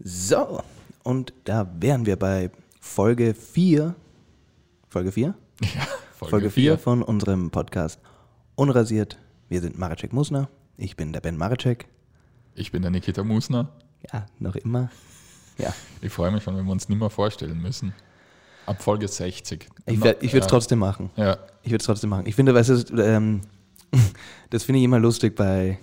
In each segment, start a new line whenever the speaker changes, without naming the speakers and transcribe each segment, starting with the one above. So, und da wären wir bei Folge 4. Folge 4? Folge 4 von unserem Podcast Unrasiert. Wir sind Maracek Musner. Ich bin der Ben Maracek.
Ich bin der Nikita Musner.
Ja, noch immer. Ja,
Ich freue mich schon, wenn wir uns nicht mehr vorstellen müssen. Ab Folge 60.
ich, wär- ich würde es
Ja.
trotzdem machen.
Ja,
Ich würde es trotzdem machen. Ich finde, weißt du, ähm, das finde ich immer lustig bei,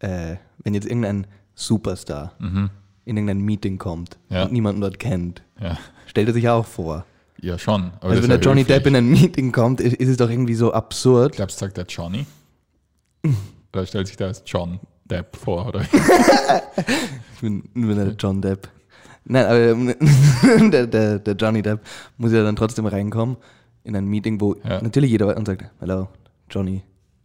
äh, wenn jetzt irgendein Superstar in irgendein Meeting kommt
Mhm. Ja.
und niemanden dort kennt.
ja,
Stellt er sich auch vor.
ja schon. Aber
also
das
wenn der
ist ja
Johnny
höflich.
Depp in ein Meeting kommt, ist, ist es doch irgendwie so
Ich
absurd.
glaube, es sagt der Johnny. Oder stellt sich da als John Depp vor, oder?
Ich bin, bin der John Depp. Nein, aber ähm, der, der, der Johnny Depp muss ja dann trotzdem reinkommen in ein Meeting, wo
Ja.
natürlich jeder und sagt, hello, Johnny,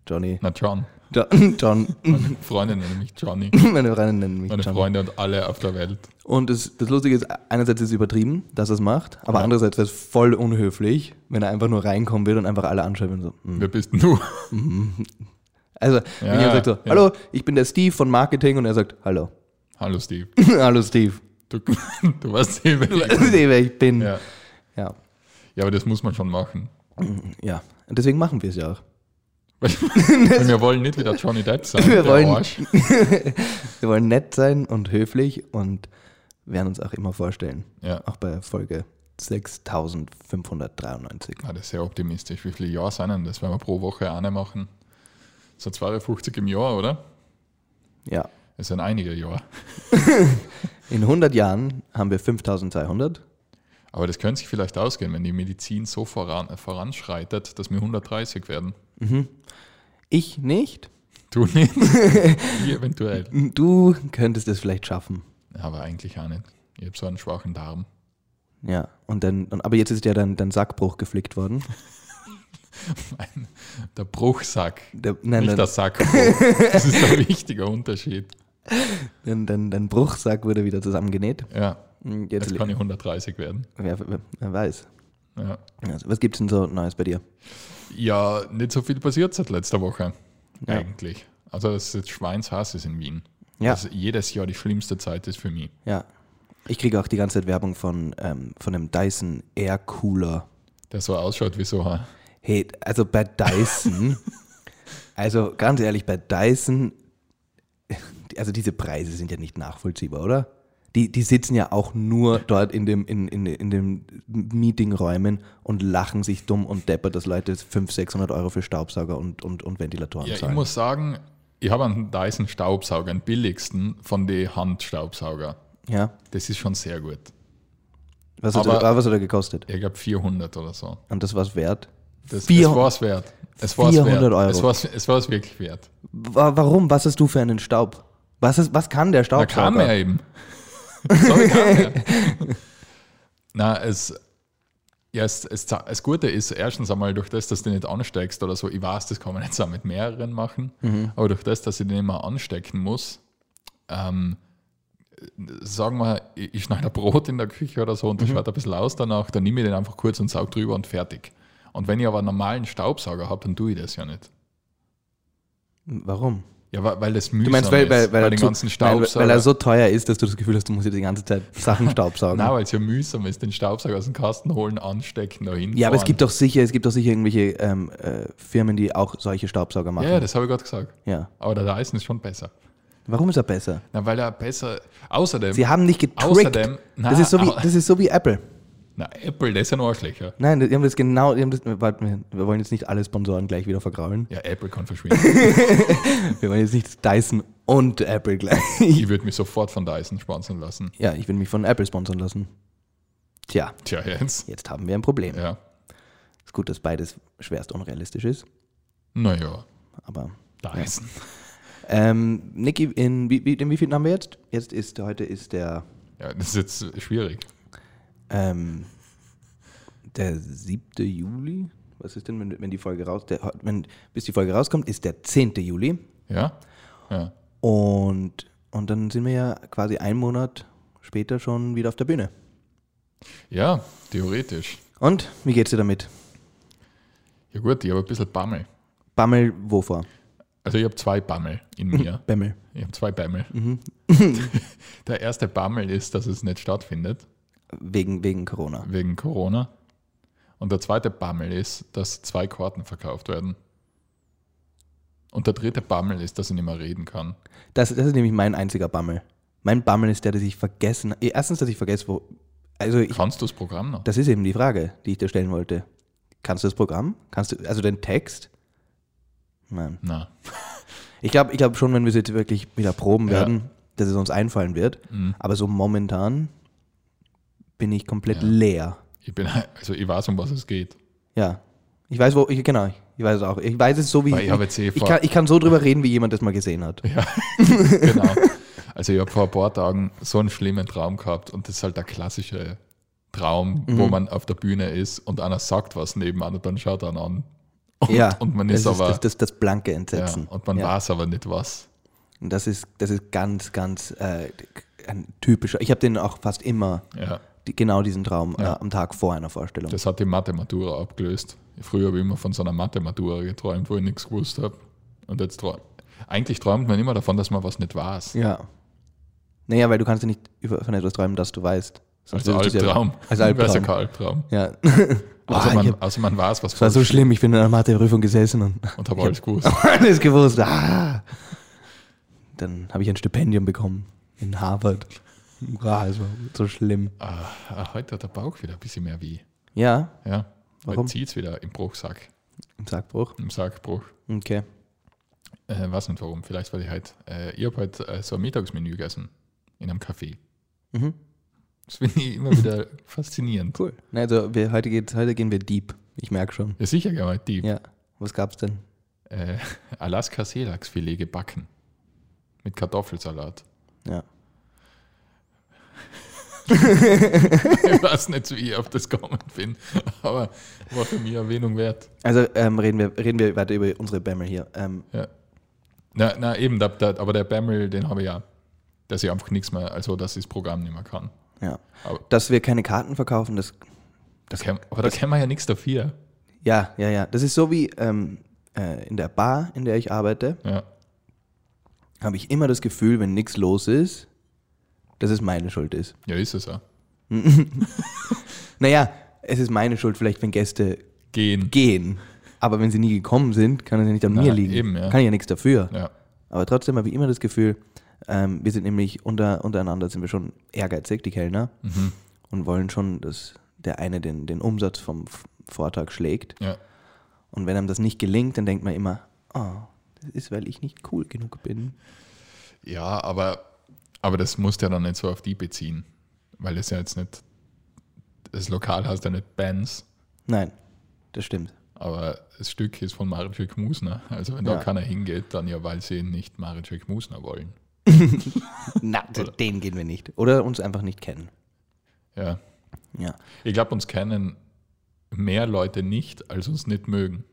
Johnny,
Na, John.
John, John.
Meine Freundin nennt mich Johnny.
Meine Freunde nennen mich
Meine
John.
Freunde und alle auf der Welt.
Und das, das Lustige ist, einerseits ist es übertrieben, dass er es macht, aber
Ja.
andererseits wäre es voll unhöflich, wenn er einfach nur reinkommen will und einfach alle anschreibt und so. "Hm."
Wer bist denn du?
Also, wenn
Ja,
jemand sagt so,
ja.
hallo, ich bin der Steve von Marketing und er sagt, hallo,
Hallo Steve.
hallo Steve,
Du, du weißt nicht, wer ich bin.
Steve, wer ich bin. Ja.
Ja.
Ja.
ja, aber das muss man schon machen.
Und deswegen machen wir es ja auch.
Weil weil wir wollen nicht wieder Johnny Depp sein.
Wir
der
wollen-
Arsch.
Wir wollen nett sein und höflich und werden uns auch immer vorstellen,
Ja,
auch bei Folge 6593.
na, das ist sehr optimistisch. Wie viele Jahre sind denn das, wenn wir pro Woche eine machen? So 52 im Jahr, oder?
Ja.
Es sind einige Jahre.
In 100 Jahren haben wir 5200.
Aber das könnte sich vielleicht ausgehen, wenn die Medizin so voran, voranschreitet, dass wir 130 werden.
Ich nicht.
Du nicht. Wir eventuell.
Du könntest es vielleicht schaffen.
Aber eigentlich auch nicht. Ich habe so einen schwachen Darm.
Ja, und dann, und, aber jetzt ist ja dein, dein Sackbruch geflickt worden.
Mein, der Bruchsack.
Der, nein,
nicht
dein,
der Sackbruch. Das ist ein wichtiger Unterschied.
dein, dein, dein Bruchsack wurde wieder zusammengenäht.
Ja,
Und Jetzt,
jetzt kann ich 130 werden.
wer, wer, wer weiß.
Ja.
Also, was gibt's denn so Neues bei dir?
ja, nicht so viel passiert seit letzter Woche.
Ja.
Eigentlich. Also, es ist jetzt Schweinshass ist in Wien.
Ja.
Das jedes Jahr die schlimmste Zeit ist für mich.
Ja. Ich kriege auch die ganze Zeit Werbung von, ähm, von einem Dyson Air Cooler.
Der so ausschaut wie so ein.
Hey, also bei Dyson, also ganz ehrlich, bei Dyson, also diese Preise sind ja nicht nachvollziehbar, oder? Die, die sitzen ja auch nur dort in dem, in, in, in dem Meetingräumen und lachen sich dumm und deppert, dass Leute 500, 600 Euro für Staubsauger und, und, und Ventilatoren
Ja, ich
zahlen.
muss sagen, ich habe einen Dyson Staubsauger, den billigsten von den Handstaubsauger.
ja,
Das ist schon sehr gut.
was hat,
Aber-
er, was hat er gekostet?
Ich glaube 400 oder so.
Und das war's wert?
Das, es
Vier-
war es wert. Es war's
400
wert.
Euro.
Es war es es war's wirklich wert.
Wa- Warum? Was hast du für einen Staub? Was, ist, was kann der
Da
Staubsauger?
kam er eben. Sorry, kam er. Na, es, ja, es, es, za- das Gute ist, erstens einmal durch das, dass du nicht ansteckst oder so, ich weiß, das kann man jetzt auch mit mehreren machen,
Mhm.
aber durch das, dass ich den immer anstecken muss, ähm, sagen wir, ich, ich schneide ein Brot in der Küche oder so und das
Mhm.
schaut ein bisschen aus danach, dann nehme ich den einfach kurz und saug drüber und fertig. Und wenn ich aber einen normalen Staubsauger habe, dann tue ich das ja nicht.
Warum?
Ja, weil, weil das
Du
mühsam
meinst, weil, weil,
ist,
weil, er
den
zu-
ganzen
weil,
Staubsauger...
weil er so teuer ist, dass du das Gefühl hast, du musst jetzt die ganze Zeit Sachen staubsaugen.
Nein, weil es ja mühsam ist, den Staubsauger aus dem Kasten holen, anstecken, dahin.
ja, aber es
fahren.
gibt doch sicher, es gibt doch sicher irgendwelche ähm, äh, Firmen, die auch solche Staubsauger machen.
Ja, ja, das habe ich gerade gesagt.
Ja.
Aber der Dyson ist schon besser.
Warum ist er besser?
Na, weil er besser. Außerdem.
Sie haben nicht getrickt.
Außerdem- Ah,
das, ist so wie,
Nein, au-
das ist so wie Apple.
na, Apple, der ist ein Arschlöcher.
Nein, die haben das genau, die haben das, warte, wir- wir wollen jetzt nicht alle Sponsoren gleich wieder vergraulen.
Ja, Apple kann verschwinden.
Wir wollen jetzt nicht Dyson und Apple gleich.
ich würde mich sofort von Dyson sponsern lassen.
Ja, ich will mich von Apple sponsern lassen. Tja,
Tja, jetzt.
jetzt haben wir ein Problem.
Ja.
Ist gut, dass beides schwerst unrealistisch ist,
Naja,
aber
Dyson.
Ähm, Niki, in wie, wie, in wie vielen haben wir jetzt? Jetzt ist, heute ist der,
Ja, das ist jetzt schwierig.
ähm, der 7. Juli. Was ist denn, wenn, wenn die Folge raus, der, wenn, bis die Folge rauskommt, ist der 10. Juli.
Ja? Ja.
Und, und dann sind wir ja quasi einen Monat später schon wieder auf der Bühne.
Ja, theoretisch.
Und wie geht's dir damit?
Ja, gut, ich habe ein bisschen Bammel.
Bammel wovor?
Also ich habe zwei Bammel in mir.
Bämmel.
Ich habe zwei Bammel.
Mhm.
Der erste Bammel ist, dass es nicht stattfindet
Wegen, wegen Corona.
wegen Corona. Und der zweite Bammel ist, dass zwei Karten verkauft werden. Und der dritte Bammel ist, dass ich nicht mehr reden kann.
Das, das ist nämlich mein einziger Bammel. Mein Bammel ist der, dass ich vergessen Erstens, dass ich vergesse, wo. Also ich,
Kannst du das Programm noch?
das ist eben die Frage, die ich dir stellen wollte. Kannst du das Programm? Kannst du, also den Text? Nein.
Nein.
Ich glaube ich glaub schon, wenn wir es jetzt wirklich wieder proben
Ja.
werden, dass es uns einfallen wird.
Mhm.
Aber so momentan bin ich komplett
Ja.
leer.
Ich bin, also ich weiß, um was es geht.
Ja. Ich weiß, wo, ich, genau, ich weiß es auch. Ich weiß es so, wie
Weil ich habe jetzt eh
ich,
vor-
kann, ich kann so drüber reden, wie jemand das mal gesehen hat.
Genau. Also ich habe vor ein paar Tagen so einen schlimmen Traum gehabt und das ist halt der klassische Traum, wo
Mhm.
man auf der Bühne ist und einer sagt was nebenan und dann schaut er an. Und,
ja.
und man
das
ist aber,
das, das, das blanke
ja,
Entsetzen.
und man weiß aber nicht was.
Und das ist, das ist ganz, ganz äh, ein typischer. Ich habe den auch fast immer,
Ja.
die, genau diesen Traum äh, am Tag vor einer Vorstellung.
Das hat die Mathematura abgelöst. Früher habe ich immer von so einer Mathematura geträumt, wo ich nichts gewusst habe. Und jetzt träum Eigentlich träumt man immer davon, dass man was nicht weiß.
ja. Naja, weil du kannst ja nicht über, von etwas träumen, das du weißt. Sonst
Also
würdest du's ja-
Albtraum.
Als
Wäre
Albtraum.
sogar Albtraum.
Ja.
Also
Boah, ich
man,
hab,
also man weiß, was
das war so
falsch
schlimm, ich bin in einer Matheprüfung gesessen und
und habe alles gewusst.
alles gewusst. Ah. Dann habe ich ein Stipendium bekommen in Harvard. Ah, es war so schlimm.
Ah, ah, heute hat der Bauch wieder ein bisschen mehr weh.
Ja,
Ja.
Warum?
Heute zieht es wieder im Bruchsack,
im Sackbruch.
im Sackbruch.
Okay.
Äh, weiß nicht warum, vielleicht weil ich halt, äh, ich habe halt äh, so ein Mittagsmenü gegessen in einem Café.
Mhm.
Das finde ich immer wieder faszinierend.
Cool. Na, Also wir, heute, geht's, heute gehen wir deep. Ich merke schon.
Ja, sicher, gell, die
Ja. Was gab's denn?
äh, Alaska Seelachsfilet gebacken. Mit Kartoffelsalat.
Ja.
Ich weiß nicht, wie ich auf das gekommen bin, aber war für mich Erwähnung wert.
Also ähm, reden, wir, reden wir weiter über unsere Bämmel hier. Ähm,
Ja. Na, na eben, da, da, aber der Bammel, den habe ich ja, dass ich einfach nichts mehr, also dass ich das Programm nicht mehr kann.
ja.
Aber-
Dass wir keine Karten verkaufen, das
Da kann, aber da kann man ja nichts dafür.
ja, ja, ja. Das ist so wie ähm, äh, in der Bar, in der ich arbeite,
Ja.
habe ich immer das Gefühl, wenn nichts los ist, dass es meine Schuld ist.
ja, ist es ja.
Naja, es ist meine Schuld vielleicht, wenn Gäste
Gehen.
gehen. Aber wenn sie nie gekommen sind, kann es ja nicht an mir liegen.
eben, ja.
Kann ich ja nichts dafür.
Ja.
Aber trotzdem habe ich immer das Gefühl, ähm, wir sind nämlich unter, untereinander sind wir schon ehrgeizig, die Kellner, und wollen schon, dass der eine den, den Umsatz vom F- Vortag schlägt.
ja.
Und wenn einem das nicht gelingt, dann denkt man immer, oh, das ist, weil ich nicht cool genug bin.
Ja, aber, aber das musst du ja dann nicht so auf die beziehen, weil das ja jetzt nicht, das Lokal heißt ja nicht Bands,
Nein, das stimmt.
aber das Stück ist von Maritschek Musner. Also wenn da
Ja.
keiner hingeht, dann ja, weil sie nicht Maritschek Musner wollen.
Na, zu denen gehen wir nicht. Oder uns einfach nicht kennen.
Ja.
Ja.
Ich glaube, uns kennen mehr Leute nicht, als uns nicht mögen,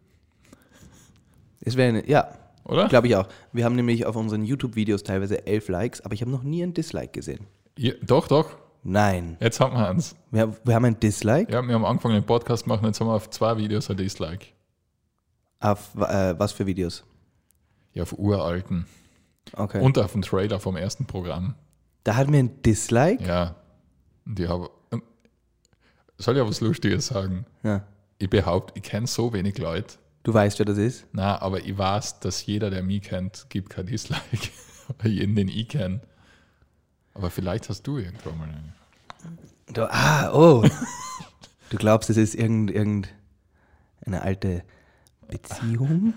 Es wäre, eine- ja,
oder?
Glaube ich auch. Wir haben nämlich auf unseren YouTube-Videos teilweise elf Likes, aber ich habe noch nie ein Dislike gesehen.
Ja, doch, doch.
Nein.
Jetzt haben wir eins.
Wir, wir haben ein Dislike.
Ja, wir haben angefangen, den Podcast zu machen, jetzt haben wir auf zwei Videos ein Dislike.
Auf äh, was für Videos?
Ja, auf uralten.
Okay.
Und auf den Trailer vom ersten Programm.
da hatten wir ein Dislike?
Ja. Und ich habe. Soll ich ja was Lustiges sagen?
Ja.
Ich behaupte, ich kenne so wenig Leute.
Du weißt, wer das ist?
Na, aber ich weiß, dass jeder, der mich kennt, gibt kein Dislike. Bei jedem, den ich kenne. Aber vielleicht hast du irgendwann mal eine.
Du, ah, oh. du glaubst, es ist irgend, irgend eine alte Beziehung?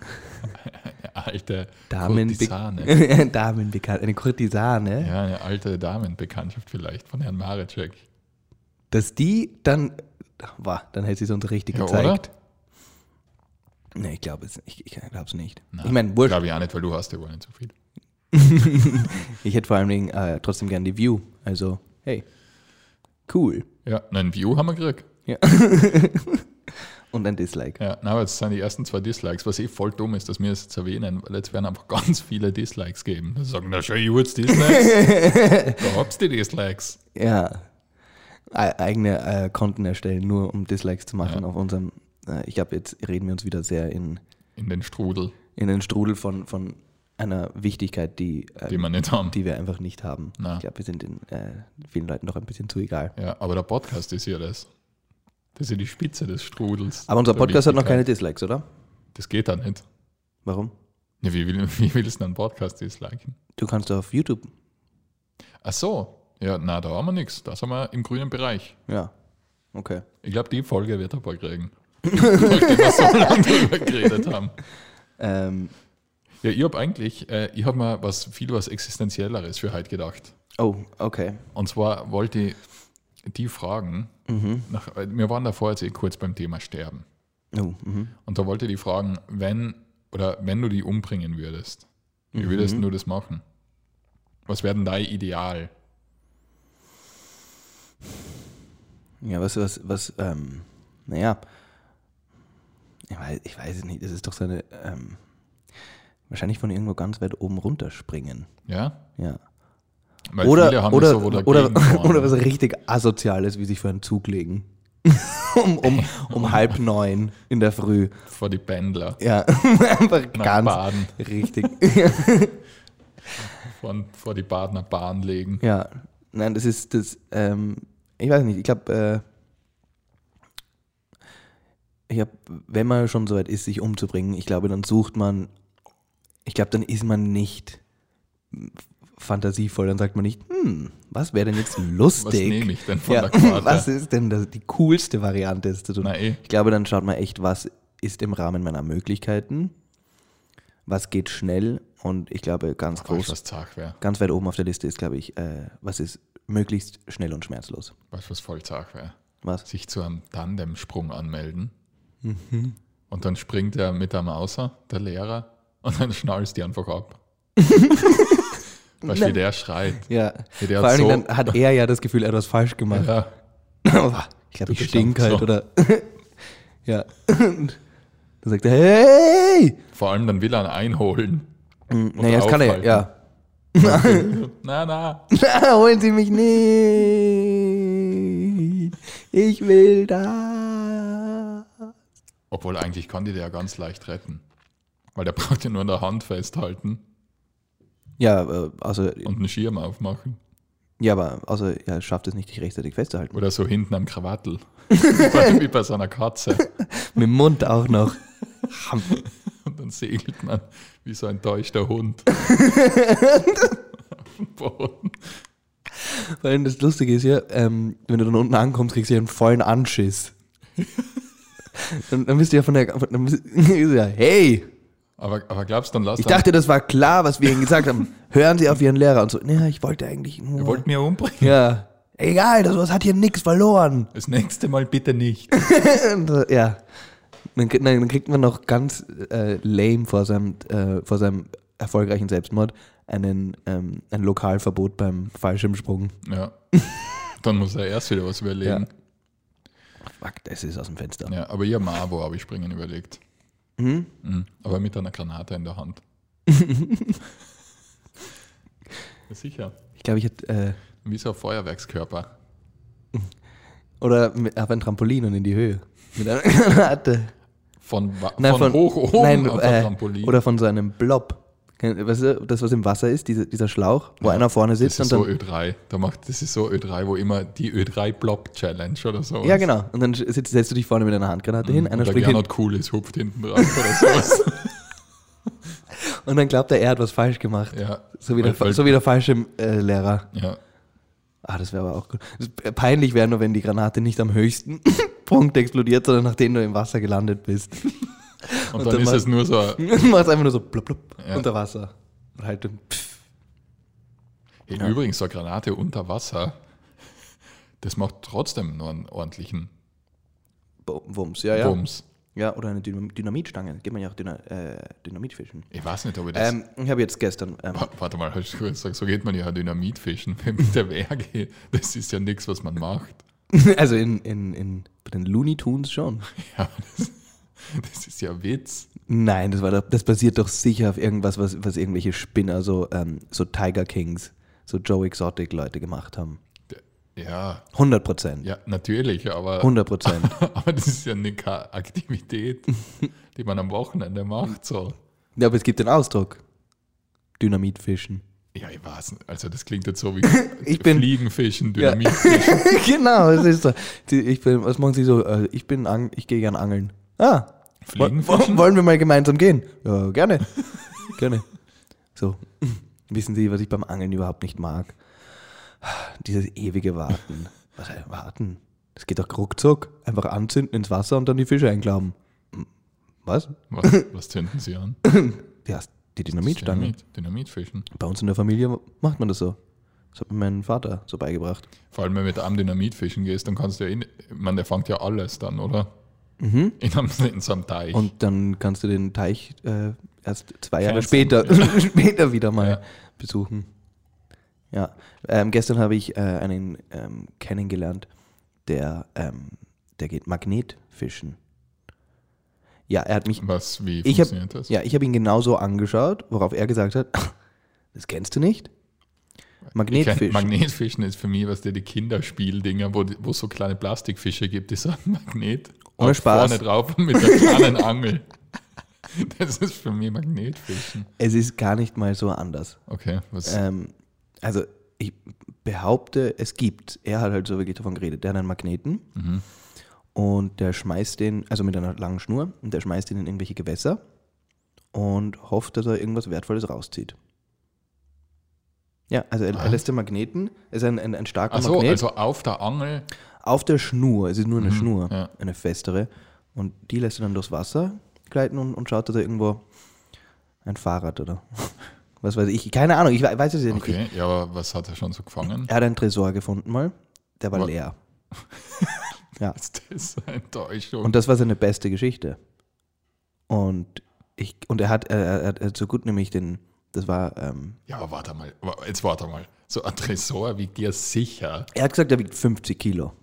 Eine alte
Damenbe-
Kurtisane.
Damenbekannt, eine Kurtisane,
Ja, eine alte Damenbekanntschaft vielleicht von Herrn Marecek.
dass die dann, war, dann hätte sie es uns richtig
Ja,
gezeigt. Nee, ich glaube es ich, ich glaub's nicht.
Na,
ich meine, wurscht,
Glaube ich auch nicht, weil du hast ja wohl nicht so viel.
Ich hätte vor allen Dingen äh, trotzdem gern die View. Also, hey, cool.
Ja, nein, View haben wir gekriegt.
Und ein Dislike.
Ja, na, aber jetzt sind die ersten zwei Dislikes, was eh voll dumm ist, dass wir das jetzt erwähnen, weil jetzt werden einfach ganz viele Dislikes geben. Dann sagen, na schau, ich hol's Dislikes. da hab's die Dislikes.
Ja. E eigene äh, Konten erstellen, nur um Dislikes zu machen auf unserem. Äh, ich glaube, jetzt reden wir uns wieder sehr in,
In den Strudel.
in den Strudel von, von einer Wichtigkeit, die, äh,
die wir nicht haben.
die wir einfach nicht haben.
Na.
Ich glaube, wir sind den äh, vielen Leuten doch ein bisschen zu egal.
Ja, aber der Podcast ist ja das. Das ist ja die Spitze des Strudels.
Aber unser
der
Podcast hat noch keine
Wichtigkeit.
Dislikes, oder?
Das geht da nicht.
Warum?
Ja, wie, will, wie willst du einen Podcast disliken?
Du kannst doch auf YouTube.
Ach so. Ja, na, da haben wir nichts. Da sind wir im grünen Bereich.
Ja. Okay.
Ich glaube, die Folge wird ein paar kriegen. Nachdem wir so lange drüber geredet haben.
Ähm,
Ja, ich habe eigentlich, äh, ich habe mir was viel was Existenzielleres für heute gedacht.
oh, okay.
Und zwar wollte ich die fragen,
Mhm.
nach, wir waren davor jetzt eh kurz beim Thema Sterben.
Oh, mhm.
Und da wollte ich die fragen, wenn oder wenn du die umbringen würdest, wie
Mhm.
würdest du das machen? Was wäre denn dein Ideal?
Ja, was, was, was, ähm, naja. Ich weiß, ich weiß es nicht, das ist doch so eine, ähm, wahrscheinlich von irgendwo ganz weit oben runterspringen.
Ja?
Ja.
Weil
Oder,
das
oder,
wo dagegen
oder,
fahren.
oder was richtig Asoziales, wie sich für einen Zug legen. um, um, um halb neun in der Früh.
vor die Pendler
Ja, einfach
nach
ganz
Baden,
richtig.
vor, vor die Badener Bahn legen.
Ja, nein, das ist das, ähm, ich weiß nicht, ich glaube, äh, ich hab, wenn man schon soweit ist, sich umzubringen, ich glaube, dann sucht man, ich glaube, dann ist man nicht fantasievoll, dann sagt man nicht, hm, was wäre denn jetzt
Was
lustig?
nehme ich denn von
ja,
der Quarte?
was ist denn das, die coolste Variante ist zu tun?
Na eh.
Ich glaube, dann schaut man echt, was ist im Rahmen meiner Möglichkeiten, was geht schnell und ich glaube, ganz
Weißt
groß
du, was Zach wäre?
ganz weit oben auf der Liste ist, glaube ich, äh, was ist möglichst schnell und schmerzlos.
Weißt du, was voll Zach wäre?
Was?
sich zu einem Tandemsprung anmelden. Und dann springt er mit einem außer, der Lehrer, und dann schnallst die einfach ab. weißt du, wie der schreit?
Ja.
Ja, der
Vor
hat
allen Dingen
so-
dann hat er ja das Gefühl, er hat was falsch gemacht.
Ja,
ich glaube,
Du
ich stink halt
so.
oder. ja. Dann sagt er, hey!
vor allem dann will er einen einholen.
Naja, das kann er
aufhalten.
ja.
Na, na.
ja. Holen Sie mich nicht! Ich will da!
Obwohl eigentlich kann die der ganz leicht retten. Weil der braucht ja nur an der Hand festhalten
Ja, äh, also,
und einen Schirm aufmachen.
ja, aber außer er schafft es nicht, dich rechtzeitig festzuhalten.
Oder so hinten am Krawattel. wie, bei, wie bei so einer Katze.
Mit dem Mund auch noch. Ham.
Und dann segelt man wie so ein täuschter Hund. Auf dem Boden.
Vor allem das Lustige ist ja, ähm, wenn du dann unten ankommst, kriegst du ja einen vollen Anschiss. dann, dann bist du ja von der. Dann bist, ist ja, hey,
Aber, aber glaubst du, dann lasst
ich dachte, das war klar, was wir ihnen gesagt haben. Hören Sie auf Ihren Lehrer und so. Naja, ich wollte eigentlich
ihr
nur.
wollt mir umbringen.
Ja. Egal, das was hat hier nichts verloren.
Das nächste Mal bitte nicht.
Und, äh, ja. Dann, kriegt- dann kriegt man noch ganz äh, lame vor seinem, äh, vor seinem erfolgreichen Selbstmord einen, ähm, ein Lokalverbot beim Fallschirmsprung.
Ja. Dann muss er erst wieder was überlegen.
Fuck, das ist aus dem Fenster.
Ja, aber ihr Mavo habe ich springen überlegt.
Mhm.
Mhm. Aber mit einer Granate in der Hand. Ja, Sicher.
Ich glaube, ich hätte. Äh,
Wie so ein Feuerwerkskörper.
Oder mit- auf ein Trampolin und in die Höhe. Mit einer Granate.
Von, wa-
Nein,
von, hoch oben
nein,
auf
äh,
ein Trampolin.
Oder von so einem Blob. Kennt- Weißt du, das, was im Wasser ist, diese, dieser Schlauch, wo einer vorne
das
sitzt
ist
und
so
dann.
Ö3. Da macht, das ist so Ö3, wo immer die Ö3-Blob-Challenge oder so.
ja, genau. Und dann sitzt, setzt du dich vorne mit einer Handgranate hin, einer
Oder
springt hin.
Gernot cool ist, hupft hinten drauf oder sowas.
Und dann glaubt er, er hat was falsch gemacht.
ja.
So wie der,
Weil- weil-
so wie der falsche äh, Lehrer.
Ja,
Ah, das wäre aber auch gut. Das, äh, peinlich wäre nur, wenn die Granate nicht am höchsten Punkt explodiert, sondern nachdem du im Wasser gelandet bist.
Und,
Und
dann,
dann
ist
mal-
es nur so, hey,
Du machst einfach nur so blub, blub,
Ja.
unter Wasser. Und halt, pff,
übrigens, so eine Granate unter Wasser, das macht trotzdem nur einen ordentlichen
Wumms. Ja, ja.
Bums.
Ja, oder eine Dynam Dynamitstange. Geht man ja auch Dyna äh, Dynamit fischen.
Ich weiß nicht, ob ich das.
Ähm, ich habe jetzt gestern. Ähm,
Wa- Warte mal, hast du gesagt, so geht man ja Dynamit fischen mit der Werge. Das ist ja nichts, was man macht.
also in, in, in bei den Looney Tunes schon.
Ja, das, das ist ja Witz.
Nein, das, war doch, das basiert doch sicher auf irgendwas, was, was irgendwelche Spinner, so, ähm, so Tiger Kings, so Joe Exotic Leute gemacht haben.
Ja,
100 Prozent.
ja, natürlich, aber,
100 Prozent.
aber das ist ja eine Ka- Aktivität, die man am Wochenende macht. So.
Ja, aber es gibt den Ausdruck. Dynamitfischen.
Ja, ich weiß nicht. Also das klingt jetzt so wie
Ich bin-
Fliegenfischen,
Ja.
Dynamit.
genau, es ist so. Die- Ich bin, was machen Sie so? Äh, Ich bin, ang- ich gehe gern angeln. Ah, wo- wo-
Fliegenfischen?
wollen wir mal gemeinsam gehen? Ja, gerne. gerne. So, wissen Sie, was ich beim Angeln überhaupt nicht mag? Dieses ewige Warten. Was heißt Warten? Das geht doch ruckzuck. Einfach anzünden ins Wasser und dann die Fische einklappen. Hm, Was?
Was, was zünden sie an?
Ja, die Dynamitstange.
Dynamit, Dynamitfischen.
Bei uns in der Familie macht man das so. Das hat mir mein Vater so beigebracht.
Vor allem, wenn du mit einem Dynamitfischen gehst, dann kannst du ja, eh, ich meine, der fängt ja alles dann, oder? In, einem, in so einem Teich.
Mhm. Und dann kannst du den Teich äh, erst zwei Jahre
Fernsehen,
später, später wieder mal
Ja.
besuchen. Ja, ähm, gestern habe ich äh, einen ähm, kennengelernt, der, ähm, der geht Magnetfischen. Ja, er hat mich
was, wie
Ich hab-
funktioniert das?
ja, ich habe ihn genauso angeschaut, worauf er gesagt hat, das kennst du nicht?
Ich kenn-
Magnetfisch.
Magnetfischen ist für mich, was der die Kinderspieldinger, wo, die- wo es so kleine Plastikfische gibt, die so ein Magnet
Ohne
auf
Spaß.
vorne drauf und mit einer kleinen Angel. Das ist für mich Magnetfischen.
es ist gar nicht mal so anders.
Okay, was?
Ähm, also ich behaupte, es gibt. Er hat halt so wirklich davon geredet. Der hat einen Magneten
mhm.
und der schmeißt den, also mit einer langen Schnur, und der schmeißt den in irgendwelche Gewässer und hofft, dass er irgendwas Wertvolles rauszieht. Ja, also er, er
Was?
lässt den Magneten, ist ein, ein, ein starker
Ach so,
Magnet,
also auf der Angel.
auf der Schnur, es ist nur eine Schnur,
ja.
eine festere, und die lässt er dann durchs Wasser gleiten und, und schaut, dass er irgendwo ein Fahrrad oder was weiß ich, keine Ahnung, ich we- weiß es ja nicht. Ich-
Okay, ja, aber was hat er schon so gefangen?
er hat einen Tresor gefunden mal, der war
Wa-
leer. ja.
Ist das eine Enttäuschung?
Und das war seine beste Geschichte. Und ich und er hat, er, er- er hat so gut nämlich den, das war, ähm,
ja, aber warte mal, wa- jetzt warte mal. So ein Tresor wiegt dir sicher.
er hat gesagt, er wiegt 50 Kilo.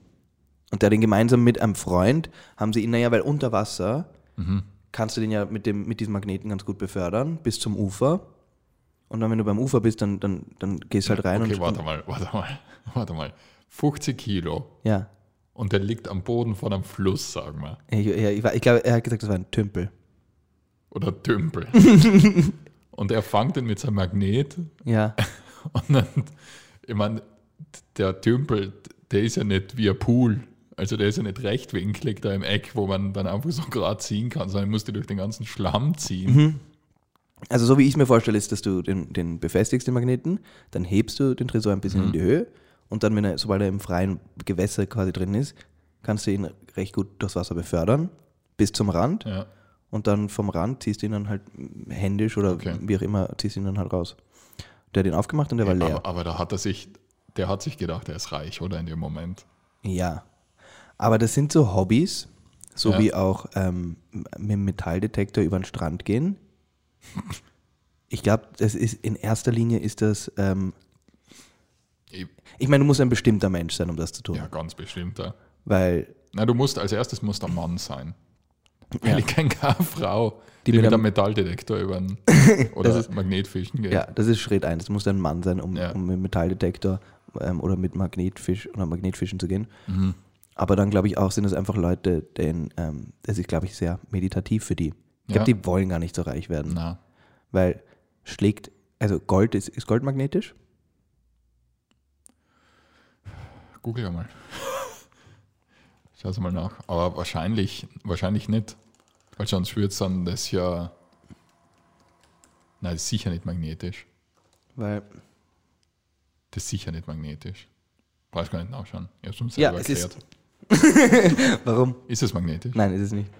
Und der hat ihn gemeinsam mit einem Freund, haben sie ihn, naja, weil unter Wasser
Mhm.
kannst du den ja mit, dem, mit diesem Magneten ganz gut befördern, bis zum Ufer. Und dann, wenn du beim Ufer bist, dann, dann, dann gehst halt rein
Okay,
und.
warte mal, warte mal, warte mal. 50 Kilo
Ja.
und der liegt am Boden von einem Fluss, sagen wir.
Ich, ja, ich, war- ich glaube, er hat gesagt, das war ein Tümpel.
Oder Tümpel. und er fängt ihn mit seinem Magnet
Ja.
und dann, ich meine, der Tümpel, der ist ja nicht wie ein Pool. Also der ist ja nicht rechtwinklig da im Eck, wo man dann einfach so gerade ziehen kann, sondern musst du durch den ganzen Schlamm ziehen.
Also so wie ich es mir vorstelle, ist, dass du den, den befestigst, den Magneten, dann hebst du den Tresor ein
Mhm.
bisschen in die Höhe und dann, wenn er, sobald er im freien Gewässer quasi drin ist, kannst du ihn recht gut durchs Wasser befördern, bis zum Rand
Ja.
und dann vom Rand ziehst du ihn dann halt händisch oder
Okay.
wie auch immer, ziehst du ihn dann halt raus. Der hat ihn aufgemacht und der war leer.
Aber, aber da hat er sich, der hat sich gedacht, er ist reich, oder in dem Moment.
Ja. Aber das sind so Hobbys, so
Ja.
wie auch ähm, mit dem Metalldetektor über den Strand gehen. Ich glaube, das ist in erster Linie ist das. Ähm,
Ich-
ich meine, du musst ein bestimmter Mensch sein, um das zu tun.
Ja, ganz bestimmt. Ja.
Weil
Na, du musst als erstes musst ein Mann sein. Weil ich kenne keine Frau, die,
Die
mit
mit
einem Metalldetektor über einen oder Magnetfischen geht.
Ja, das ist Schritt eins. Es muss ein Mann sein, um,
Ja.
um mit Metalldetektor ähm, oder mit Magnetfisch oder Magnetfischen zu gehen.
Mhm.
Aber dann glaube ich auch, sind es einfach Leute, denen ähm, das ist, glaube ich, sehr meditativ für die. Ich glaube,
Ja.
die wollen gar nicht so reich werden.
Na,
Weil schlägt, also Gold ist, ist Gold magnetisch?
google ja mal. Schau es mal nach. Aber wahrscheinlich, wahrscheinlich nicht. Weil sonst würde es dann das ja. Nein, das ist sicher nicht magnetisch.
Weil
Das ist sicher nicht magnetisch. Brauchst gar nicht nachschauen. Ich hab's uns
Ja,
selber
es ist-
erklärt. Ist,
warum?
ist es magnetisch?
Nein, ist es nicht.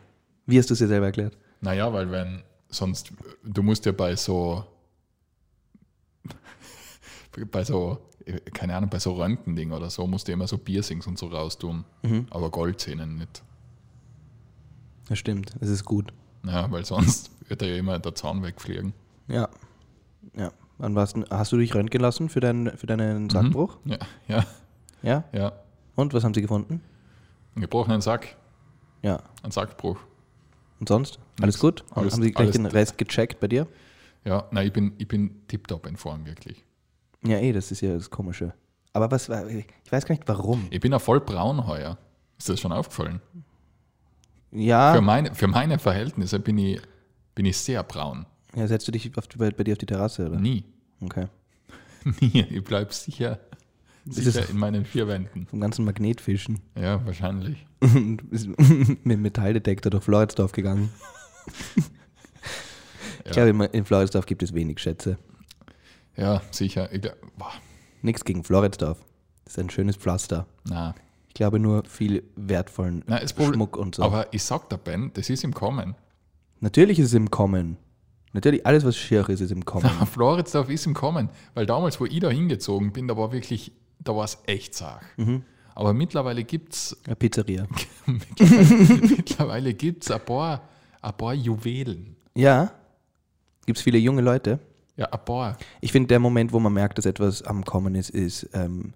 Wie hast du es dir selber erklärt?
Naja, weil wenn, sonst, du musst ja bei so, bei so, keine Ahnung, bei so Röntgending oder so, musst du immer so Piercings und so raustun, aber Goldzähnen nicht.
Das stimmt, es ist gut.
Naja, weil sonst wird ja immer der Zahn wegfliegen.
Ja. Ja. Wann warst du, hast du dich röntgen lassen für, deinen für
Mhm.
deinen Sackbruch?
Ja, ja,
Ja.
ja.
Und was haben sie gefunden?
Einen gebrochenen Sack,
Ja.
ein Sackbruch.
Und sonst? Alles gut? Und
Alles-
haben sie gleich
alles-
den Rest gecheckt bei dir?
Ja, nein, ich bin, ich bin tiptop in Form, wirklich.
Ja, eh, das ist ja das Komische. Aber was war, ich weiß gar nicht warum.
Ich bin ja voll braun heuer. Ist das schon aufgefallen?
Ja, Ah.
Für meine, für meine Verhältnisse bin ich, bin ich sehr braun.
Ja, setzt du dich auf, die- bei, bei dir auf die Terrasse, oder?
Nie.
Okay.
Nie. Ich bleib sicher, sicher in meinen vier Wänden.
Vom ganzen Magnetfischen.
Ja, wahrscheinlich.
Und ist mit dem Metalldetektor durch Floridsdorf gegangen. Ich
Ja.
glaube, in- in Floridsdorf gibt es wenig Schätze.
Ja, sicher. Ich, glaub- boah,
Nichts gegen Floridsdorf. Das ist ein schönes Pflaster.
na.
Ich glaube nur viel wertvollen
Na, das Problem-
Schmuck und so.
Aber ich sag der Ben, das ist im Kommen.
Natürlich ist es im Kommen. Natürlich, alles, was schier ist, ist im Kommen.
Aber Floridsdorf ist im Kommen, weil damals, wo ich da hingezogen bin, da war wirklich, da war es echt sach.
Mhm.
Aber mittlerweile gibt es
Eine Pizzeria.
mittlerweile gibt's ein, paar, ein paar Juwelen.
Ja, gibt es viele junge Leute.
Ja, ein paar.
Ich finde, der Moment, wo man merkt, dass etwas am Kommen ist, ist, ähm,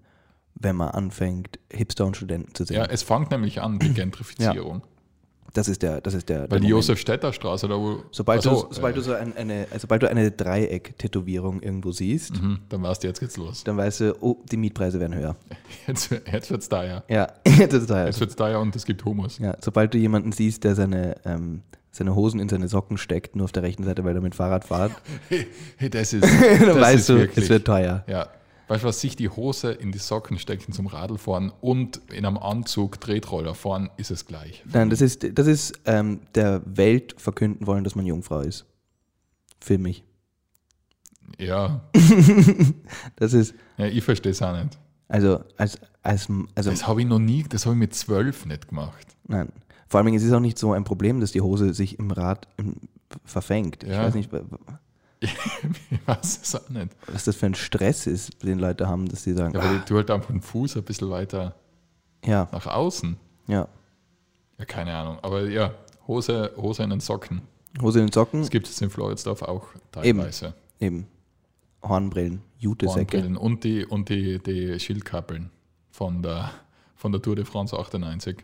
wenn man anfängt, Hipster und Studenten zu sehen.
Ja, es fängt nämlich an, die Gentrifizierung.
Das ist der, das ist der,
Weil
der
die
Moment.
Josef-Stetter-Straße, da wo.
Sobald,
Ach so,
du, sobald,
äh,
du so ein, eine, also sobald du eine Dreieck-Tätowierung irgendwo siehst,
mhm, dann weißt du, jetzt geht's los.
dann weißt du, oh, die Mietpreise werden höher.
Jetzt, jetzt wird's da ja. Also-
Ja, jetzt ist es teuer.
Jetzt wird's da ja und es gibt Humus.
Ja, sobald du jemanden siehst, der seine, ähm, seine Hosen in seine Socken steckt, nur auf der rechten Seite, weil er mit Fahrrad fährt,
Hey, hey, das ist.
dann
das
weißt
ist
du,
wirklich-
es wird teuer.
Ja. Weißt du, was sich die Hose in die Socken stecken zum Radlfahren und in einem Anzug Tretroller fahren, ist es gleich.
Nein, das ist, das ist ähm, der Welt verkünden wollen, dass man Jungfrau ist. Für mich.
Ja,
Das ist,
ja ich verstehe es auch nicht.
also, als, als also
Das habe ich noch nie, das habe ich mit zwölf nicht gemacht.
Nein. Vor allem ist es auch nicht so ein Problem, dass die Hose sich im Rad im, verfängt. Ich
Ja.
weiß nicht, wa-
Ich weiß es auch nicht.
was das für ein Stress ist, den Leute haben, dass sie sagen,
Ja,
ah,
weil ich tue halt einfach den Fuß ein bisschen weiter
ja,
nach außen.
ja.
Ja, keine Ahnung. Aber ja, Hose, Hose in den Socken.
Hose in den Socken,
Das gibt es in Floridsdorf auch
Eben.
teilweise.
eben. Hornbrillen, Jutesäcke.
Hornbrillen Und die, und die, die Schildkappeln von der, von der Tour de France 98.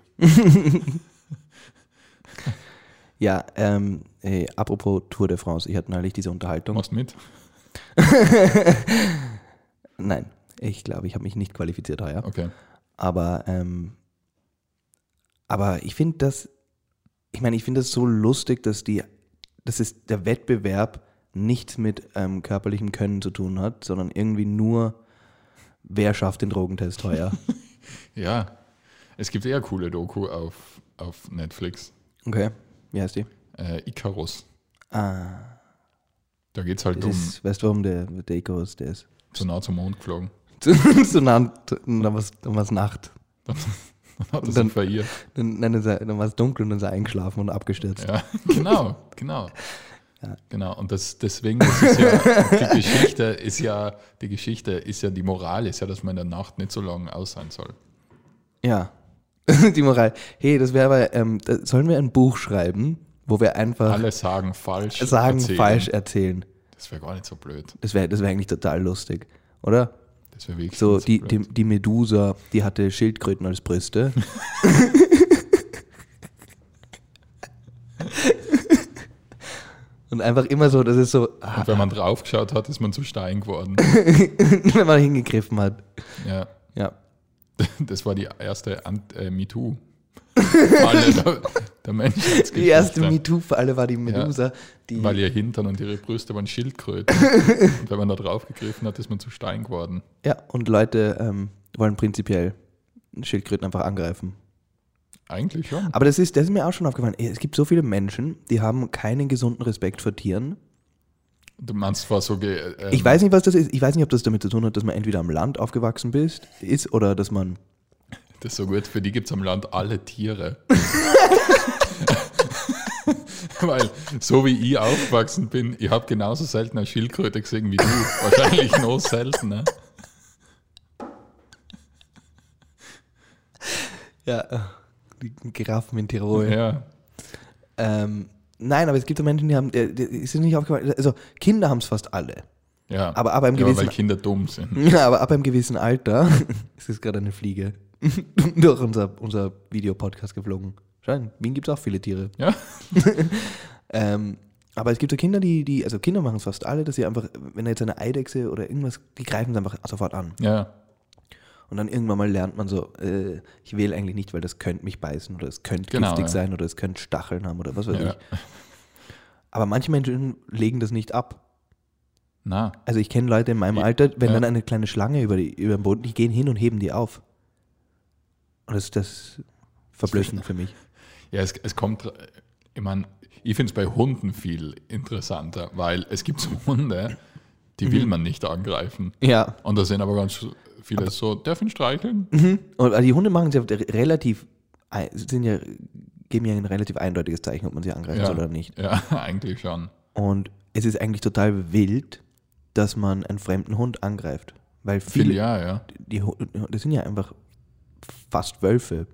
Ja, ähm, äh, apropos Tour de France, ich hatte neulich diese Unterhaltung.
Machst mit?
Nein, ich glaube, ich habe mich nicht qualifiziert heuer.
Okay.
Aber, ähm, aber ich finde das, ich meine, ich finde das so lustig, dass die, dass es der Wettbewerb nichts mit ähm, körperlichem Können zu tun hat, sondern irgendwie nur, wer schafft den Drogentest heuer.
Ja, es gibt eher coole Doku auf, auf Netflix.
okay. Wie heißt die?
Äh, Icarus.
Ah,
Da geht es halt
das
um
ist, weißt du, warum der, der Icarus, der ist
zu nah zum Mond geflogen.
zu, zu nah und dann war es dann war's Nacht.
Dann hat er
Und
sich
dann-
verirrt.
Dann, nein, dann, ist er- dann war es dunkel und dann ist er eingeschlafen und abgestürzt.
Ja, genau, genau. Genau, und das, deswegen das ist ja, die Geschichte ist ja, die Geschichte ist ja, die Moral ist ja, dass man in der Nacht nicht so lange aus sein soll.
Ja. Die Moral. Hey, das wäre aber, ähm, da, sollen wir ein Buch schreiben, wo wir einfach
Alle sagen falsch.
sagen,
erzählen.
falsch erzählen.
Das wäre gar nicht so blöd.
Das wäre das wär eigentlich total lustig, oder?
Das wäre wirklich
So,
nicht
die,
blöd.
die, die Medusa, die hatte Schildkröten als Brüste. Und einfach immer so, das ist so, ah,
Und wenn man draufgeschaut hat, ist man zu Stein geworden.
wenn man hingegriffen hat.
ja,
Ja.
das war die erste Ant- äh, MeToo. Alle der, der Mensch
Die erste MeToo für alle war die Medusa, die
Weil ihr Hintern und ihre Brüste waren Schildkröten. und wenn man da draufgegriffen hat, ist man zu Stein geworden.
Ja, und Leute ähm, wollen prinzipiell Schildkröten einfach angreifen.
Eigentlich schon.
Aber das ist, das ist mir auch schon aufgefallen. Es gibt so viele Menschen, die haben keinen gesunden Respekt vor Tieren.
Du meinst, war so. Ge ähm,
Ich weiß nicht, was das ist. Ich weiß nicht, ob das damit zu tun hat, dass man entweder am Land aufgewachsen bist, ist oder dass man.
Das ist so gut. Für die gibt es am Land alle Tiere. Weil, so wie ich aufgewachsen bin, ich habe genauso selten eine Schildkröte gesehen wie du. Wahrscheinlich noch seltener.
Ja, die Giraffen in Tirol.
Ja.
Ähm, nein, aber es gibt so Menschen, die haben. Die, die, ist es nicht aufgefallen? Also, Kinder haben es fast alle.
ja.
Aber ab einem
ja, weil
gewissen.
Kinder dumm sind.
Ja, aber ab einem gewissen Alter. es ist gerade eine Fliege durch unser, unser Videopodcast geflogen. Schein, in Wien gibt es auch viele Tiere.
Ja.
Ähm, aber es gibt so Kinder, die, die, also Kinder machen es fast alle, dass sie einfach, wenn da jetzt eine Eidechse oder irgendwas, die greifen es einfach sofort an.
Ja.
Und dann irgendwann mal lernt man so, äh, ich will eigentlich nicht, weil das könnte mich beißen oder es könnte
Genau,
giftig
ja.
sein oder es könnte Stacheln haben oder was weiß
Ja.
ich. Aber manche Menschen legen das nicht ab.
Na,
Also ich kenne Leute in meinem
Ja,
Alter, wenn
ja.
dann eine kleine Schlange über, die, über den Boden, die gehen hin und heben die auf. Und das, das ist verblüffend für mich.
ja, es, es kommt, ich meine, ich finde es bei Hunden viel interessanter, weil es gibt so Hunde, die will man nicht angreifen.
Ja.
Und da sind Mhm. aber Mhm. ganz viele so, darf ich ihn streicheln?
Und also die Hunde machen es ja relativ, ei- sind ja, geben ja ein relativ eindeutiges Zeichen, ob man sie angreifen
Ja.
soll oder nicht.
Ja, eigentlich schon.
Und es ist eigentlich total wild, dass man einen fremden Hund angreift. Weil
Viel,
viele,
ja, ja.
die, Hunde- das sind ja einfach fast Wölfe.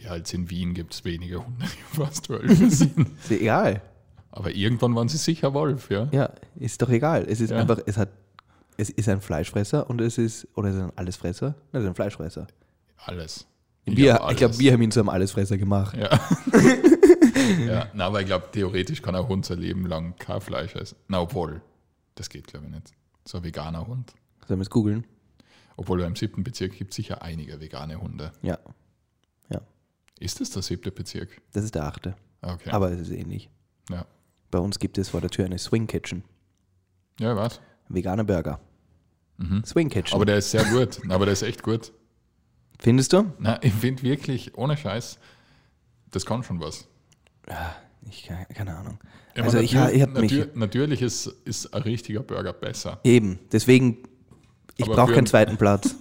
Ja, jetzt in Wien gibt es weniger Hunde, die fast Wölfe sind.
Ist ja egal.
Aber irgendwann waren sie sicher Wolf, ja.
Ja, ist doch egal. Es ist
Ja.
einfach, es hat, es ist ein Fleischfresser und es ist, oder ist es ein Allesfresser? Nein, es ist ein Fleischfresser.
Alles.
Wir,
glaub,
ich glaube,
alles.
wir haben ihn zu einem Allesfresser gemacht.
Ja. ja. Na, aber ich glaube, theoretisch kann ein Hund sein Leben lang kein Fleisch essen. Na, obwohl, das geht, glaube ich, nicht. So ein veganer Hund.
Sollen wir es googeln?
Obwohl im siebten Bezirk gibt es sicher einige vegane Hunde.
Ja,
Ist das der siebte Bezirk? Ah,
das ist der achte.
Okay.
Aber es ist ähnlich.
ja.
Bei uns gibt es vor der Tür eine Swing Kitchen.
ja, was?
Vegane Burger. Swing Kitchen.
Mhm. Aber der ist sehr gut. Na, Aber der ist echt gut.
Findest du?
Na, ich finde wirklich, ohne Scheiß, das kann schon was.
Ich, ke- keine Ahnung.
Ja,
also
aber
ich,
natür-
ich habe mich
natür- Natürlich ist, ist ein richtiger Burger besser.
eben, deswegen, ich
Aber
brauche
für-
keinen zweiten Platz.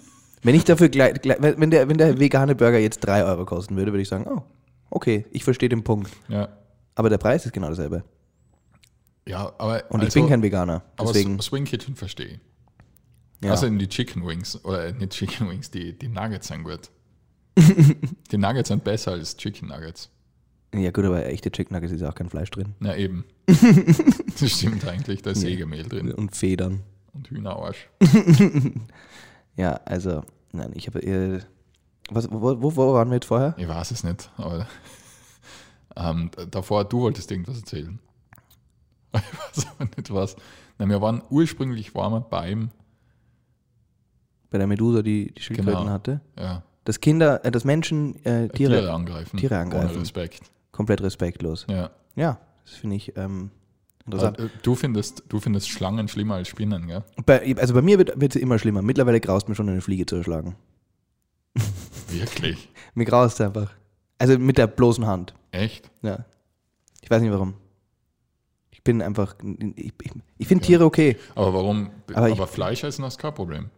Wenn ich dafür gleich, gleich wenn wenn der, wenn der vegane Burger jetzt 3 Euro kosten würde, würde ich sagen, oh, okay, ich verstehe den Punkt.
Ja,
Aber der Preis ist genau dasselbe.
ja aber,
Und ich
also-
bin kein Veganer.
aber
Deswegen,
S- Swing Kitchen verstehe ich.
ja.
Also in die Chicken Wings, oder äh, nicht Chicken Wings, die, die Nuggets sind gut. die Nuggets sind besser als Chicken Nuggets.
ja gut, aber echte Chicken Nuggets ist ja auch kein Fleisch drin.
Na eben. das stimmt eigentlich, da ist Sägemehl drin
Und Federn.
und Hühnerarsch.
Ja, also, nein, ich habe, äh, was, wo, wo, wo waren wir jetzt vorher?
Ich weiß es nicht, aber ähm, d- davor, du wolltest irgendwas erzählen. Ich weiß aber nicht was. Nein, wir waren ursprünglich waren wir beim,
Bei der Medusa, die die Schildkröten
Genau.
hatte.
ja,
Dass Kinder, äh, dass Menschen äh,
Tiere,
Tiere
angreifen.
Tiere angreifen.
Ohne Respekt.
komplett respektlos.
Ja.
Ja, das finde ich ähm, interessant.
Aber, äh, Du findest, du findest Schlangen schlimmer als Spinnen, gell?
Bei, also bei mir wird es immer schlimmer. Mittlerweile graust mir schon eine Fliege zu erschlagen.
Wirklich?
Mir graust einfach. Also mit der bloßen Hand.
Echt?
Ja. Ich weiß nicht warum. Ich bin einfach. Ich, ich, ich finde Tiere okay.
Aber warum?
Aber
Aber,
ich-
Fleisch essen hast kein Problem.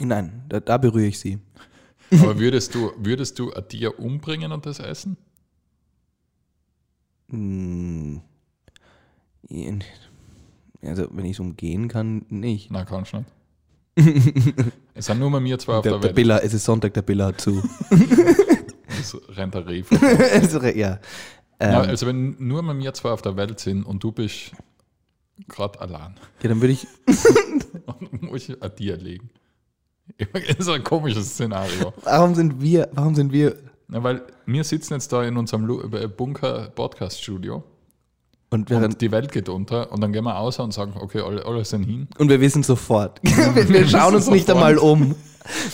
Nein, da, da berühre ich sie.
Aber würdest du, würdest du ein Tier umbringen und das essen?
Hm. Also, wenn ich es umgehen kann, nicht.
Na, kannst du nicht. es sind nur mal mir zwei auf
Der,
der,
der
Welt.
Billa, es ist Sonntag, der Billa hat zu.
Das rennt ein Reh.
Also, ja. Ähm,
Ja,
ja,
also wenn nur mal mir zwei auf der Welt sind und du bist gerade allein
dann würde ich.
und muss ich ein Tier legen. Das ist ein komisches Szenario.
Warum sind wir. Warum sind wir.
Na, weil wir sitzen jetzt da in unserem Lu- äh, Bunker-Podcast-Studio
Und wir,
und die Welt geht unter und dann gehen wir außer und sagen, okay, alle, alle sind hin.
Und wir wissen sofort. wir wir schauen uns
wissen
nicht
sofort.
einmal um.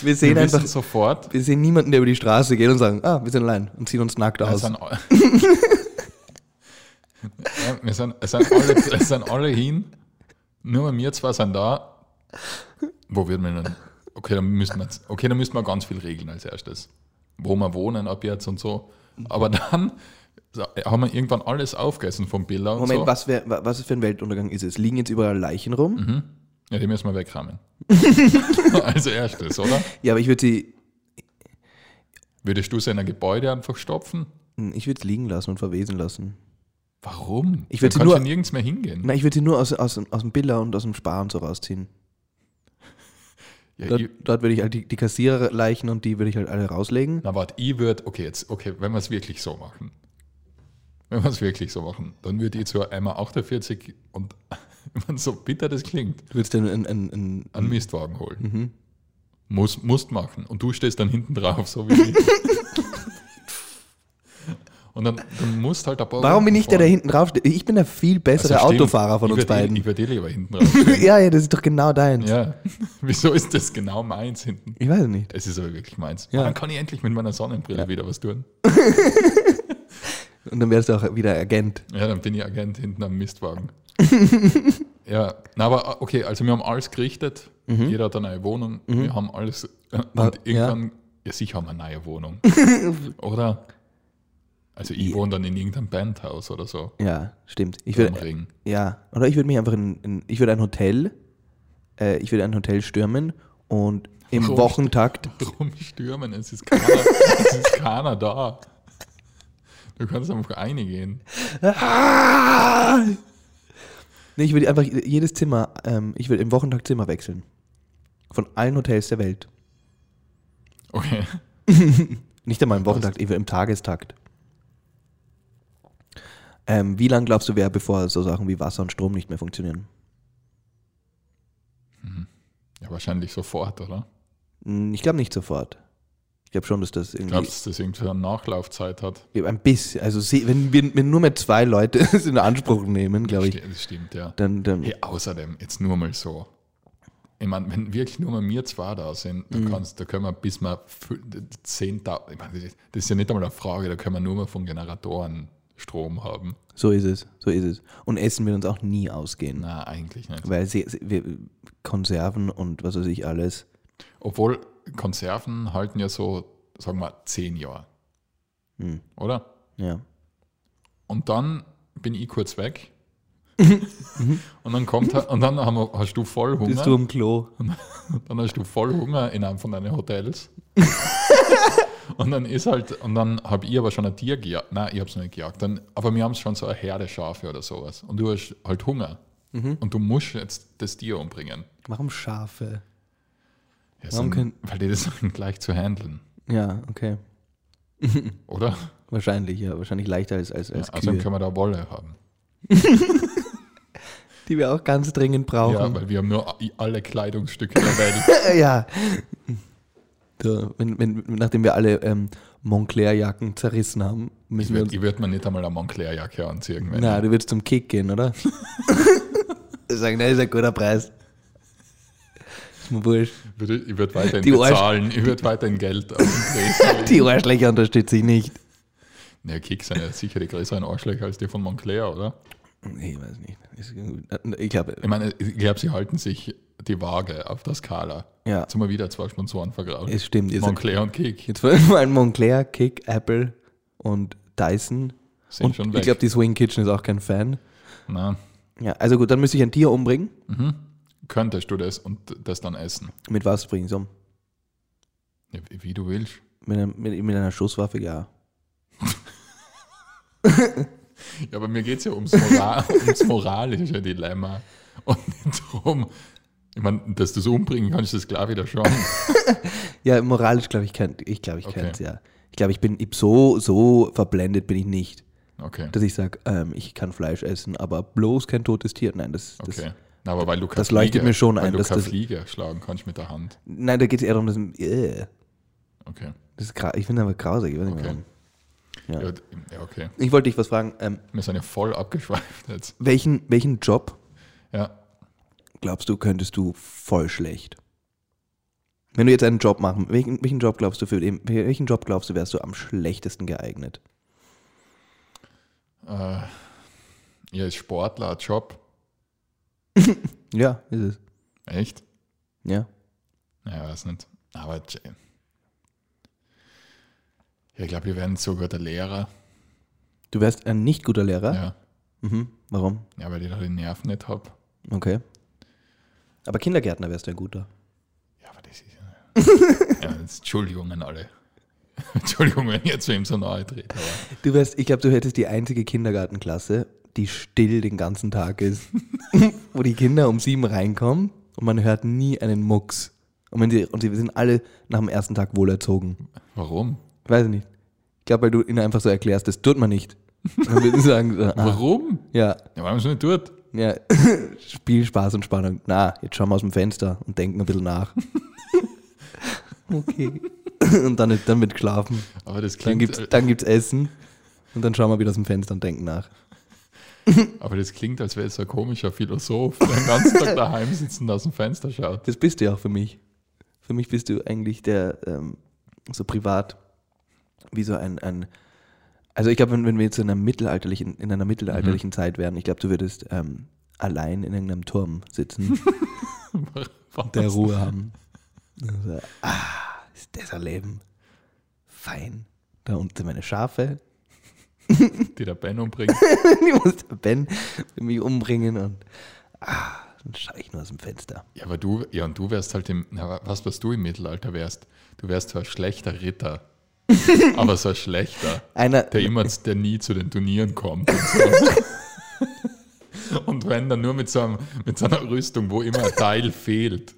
Wir sehen
Wir wissen
einfach,
sofort,
wir sehen niemanden, der über die Straße geht und sagen, ah, wir sind allein und ziehen uns nackt
es
aus.
sind, all- ja, wir sind, es, sind alle, es sind alle hin, nur wir zwei sind da. Wo wird man denn? Okay, dann müssen wir, jetzt- okay, dann müssen wir ganz viel regeln als erstes. Wo wir wohnen ab jetzt und so.
Mhm.
Aber dann so, haben wir irgendwann alles aufgegessen vom Bilder und
Moment,
so.
was, wär, wa- was für ein Weltuntergang ist es? Liegen jetzt überall Leichen rum?
Mhm. Ja, die müssen wir wegrammen. als erstes, oder?
Ja, aber ich würde sie,
Würdest du sie in ein Gebäude einfach stopfen?
hm, ich würde sie liegen lassen und verwesen lassen.
Warum?
Ich würd sie
Dann kannst
nur-
du nirgends mehr hingehen.
Nein, ich würde sie nur aus, aus, aus dem Billa und aus dem Spar und so rausziehen.
Ja,
Dort,
ich-
dort würde ich halt die, die Kassiererleichen und die würde ich halt alle rauslegen.
Na warte, ich würde, okay, jetzt, okay, wenn wir es wirklich so machen, wenn wir es wirklich so machen, dann würde ich zu einmal 48 und wenn so bitter das klingt,
Du würdest dann ein, ein, ein,
einen Mistwagen holen.
Mhm.
Muss, musst machen. Und du stehst dann hinten drauf, so wie ich. Und dann, dann musst halt ein paar
Warum bin
Runden
ich der, der
fahren.
hinten drauf steht? Ich bin der viel bessere
Also stimmt,
Autofahrer von
ich
uns
würd eh-
beiden.
Ich würde eh lieber hinten drauf.
ja, ja, das ist doch genau deins.
ja. Wieso ist das genau meins hinten?
Ich weiß es nicht.
Es ist aber wirklich meins.
Ja.
Dann kann ich endlich mit meiner Sonnenbrille wieder was tun.
Und dann wärst du auch wieder Agent.
Ja, dann bin ich Agent hinten am Mistwagen. ja, na, aber okay, also wir haben alles gerichtet. Jeder hat eine neue Wohnung. Wir haben alles. äh,
Wa-
Und irgendwann, ja. sicher haben wir eine neue Wohnung. oder? Also ich wohne dann in irgendeinem Bandhaus oder so.
Ja, stimmt. Ich
Am
würde
Ring.
Ja, oder ich würde mich einfach in, in ich würde ein Hotel, äh, ich würde ein Hotel stürmen und im
Warum?
Wochentakt,
Rumstürmen, es ist keiner, es ist keiner da. Du kannst einfach reingehen.
nee, ich würde einfach jedes Zimmer, ähm, ich würde im Wochentakt Zimmer wechseln. Von allen Hotels der Welt.
Okay.
Nicht einmal im Wochentakt, ich würde im Tagestakt. Ähm, wie lange glaubst du, wäre, bevor so Sachen wie Wasser und Strom nicht mehr funktionieren?
Ja, wahrscheinlich sofort, oder?
Hm, Ich glaube nicht sofort. Ich glaube schon, dass das irgendwie.
Glaubst du, dass das irgendwie so eine Nachlaufzeit hat?
Ein bisschen. Also, se- wenn, wir, wenn nur mehr zwei Leute es in Anspruch nehmen, glaube ich,
Sti- Das stimmt, ja.
dann. dann
Hey, außerdem, jetzt nur mal so. Ich meine, wenn wirklich nur mal wir zwei da sind, da, kannst, da können wir bis mal fü- 10.000, ich meine, das ist- das ist ja nicht einmal eine Frage, da können wir nur mal von Generatoren Strom haben.
So ist es, so ist es. Und Essen wird uns auch nie ausgehen,
Na, eigentlich nicht.
weil sie, sie, wir, Konserven und was weiß ich alles.
Obwohl Konserven halten ja so, sagen wir, zehn Jahre.
Hm,
oder?
ja.
Und dann bin ich kurz weg. und dann kommt er- und dann haben wir, hast du voll Hunger.
im Klo?
Dann hast du voll Hunger in einem von deinen Hotels. und dann ist halt, und dann habe ich aber schon ein Tier gejagt. Nein, ich habe es nicht gejagt. Dann, aber wir haben schon so eine Herde Schafe oder sowas. Und du hast halt Hunger.
Mhm.
Und du musst jetzt das Tier umbringen.
Warum Schafe?
Ja,
Warum
sind-
können-
weil die das sind gleich zu handeln,
Ja, okay.
oder?
Wahrscheinlich, ja. Wahrscheinlich leichter als, als, als
Ja, also dann
Kühe,
können wir da Wolle haben.
die wir auch ganz dringend
Ja,
brauchen.
weil wir haben nur alle Kleidungsstücke der Welt.
Ja. So, wenn, wenn, nachdem wir alle ähm, Montclair-Jacken zerrissen haben,
Ich
müssen wir uns...
würde würd mir nicht einmal eine Montclair-Jacke anziehen. Wenn
Na, du würdest zum Kick gehen, oder? Sagen, das ist ein guter Preis. Ist mir wurscht.
Ich würde ich würd weiterhin
Die Arsch-
bezahlen, ich würde weiterhin Geld auf den
Die Arschlöcher unterstütze ich nicht.
Naja, Kicks sind ja sicher die größeren Arschlöcher als die von Montclair, oder?
Nee, ich weiß nicht. Ist gut. Ich glaube,
Ich meine, ich glaube, sie halten sich die Waage auf der Skala.
ja,
Jetzt haben wir wieder zwei Sponsoren vergraut.
es stimmt. Jetzt,
Montclair und Kick
jetzt vor allem Montclair, Kick, Apple und Dyson.
sind
Und
schon
ich
weg.
glaube, die Swing Kitchen ist auch kein Fan.
Na,
Ja, also gut, dann müsste ich ein Tier umbringen.
könntest du das und das dann essen?
Mit was bringe ich es um?
Ja, wie- wie du willst.
Mit, einem- mit, mit einer Schusswaffe, ja.
Ja, aber mir geht es ja ums, Moral, ums moralische Dilemma. Und nicht darum, ich meine, dass du es umbringen kannst, ist klar wieder schon.
Ja, moralisch glaube ich, kann ich glaube, ich
Okay.
kann es, ja. Ich glaube, ich bin ich so, so verblendet bin ich nicht,
Okay,
dass ich sage, ähm, ich kann Fleisch essen, aber bloß kein totes Tier. Nein, das, das
okay. Na, aber weil du keine
das leuchtet mir schon
weil
ein,
du
dass
keine
das-
Fliege schlagen kannst mit der Hand.
nein, da geht es eher darum, dass äh,
Okay.
das ist gra ich finde aber grausig, ich weiß nicht
Okay.
warum. Ja.
Ja, ja okay.
Ich wollte dich was fragen. Ähm,
Wir sind ja voll abgeschweift jetzt.
welchen, welchen Job
Ja,
glaubst du, könntest du voll schlecht? Wenn du jetzt einen Job machen, welchen, welchen Job glaubst du für den, für welchen Job glaubst du, wärst du am schlechtesten geeignet?
äh, ihr ist Sportler, ein Job.
Ja, ist es.
Echt?
Ja.
Ja, weiß nicht. Aber J- ja, ich glaube, wir werden so guter Lehrer.
Du wärst ein nicht guter Lehrer.
Ja.
Mhm. Warum?
ja, weil ich da die Nerven nicht habe.
Okay. Aber Kindergärtner wärst du ein guter.
Ja, aber das ist ja. ja jetzt, Entschuldigung an alle. Entschuldigung, wenn ich jetzt wem so nahe trete. Aber
Du wärst, ich glaube, du hättest die einzige Kindergartenklasse, die still den ganzen Tag ist. Wo die Kinder um sieben reinkommen und man hört nie einen Mucks. Und, wenn sie, und sie sind alle nach dem ersten Tag wohlerzogen.
warum?
Weiß ich nicht. Ich glaube, weil du ihnen einfach so erklärst, das tut man nicht. Und dann würden sie sagen, so, ah,
Warum?
ja,
Ja, weil man es nicht tut.
ja, Spiel, Spaß und Spannung. Na, jetzt schauen wir aus dem Fenster und denken ein bisschen nach. okay. Und dann, ist- dann wird geschlafen.
Aber das
Dann
klingt,
gibt's, dann gibt's Essen. Und dann schauen wir wieder aus dem Fenster und denken nach.
aber das klingt, als wäre es so ein komischer Philosoph, der den ganzen Tag daheim sitzt und aus dem Fenster schaut.
Das bist du ja auch für mich. Für mich bist du eigentlich der ähm, so privat wie so ein, ein, Also ich glaube, wenn, wenn wir jetzt in einer mittelalterlichen, in einer mittelalterlichen Zeit wären, ich glaube, du würdest ähm, allein in irgendeinem Turm sitzen und der Ruhe haben. Also, ah, ist das ein Leben. Fein. Da unten meine Schafe.
Die der Ben umbringt.
Die muss der Ben mich umbringen und ah, dann schaue ich nur aus dem Fenster.
Ja, aber du, ja, und du wärst halt im, na, was, was du im Mittelalter wärst, du wärst so ein schlechter Ritter. aber so ein schlechter,
Einer,
der immer, der nie zu den Turnieren kommt. Und, so. und wenn dann nur mit so, einem, mit so einer Rüstung, wo immer ein Teil fehlt.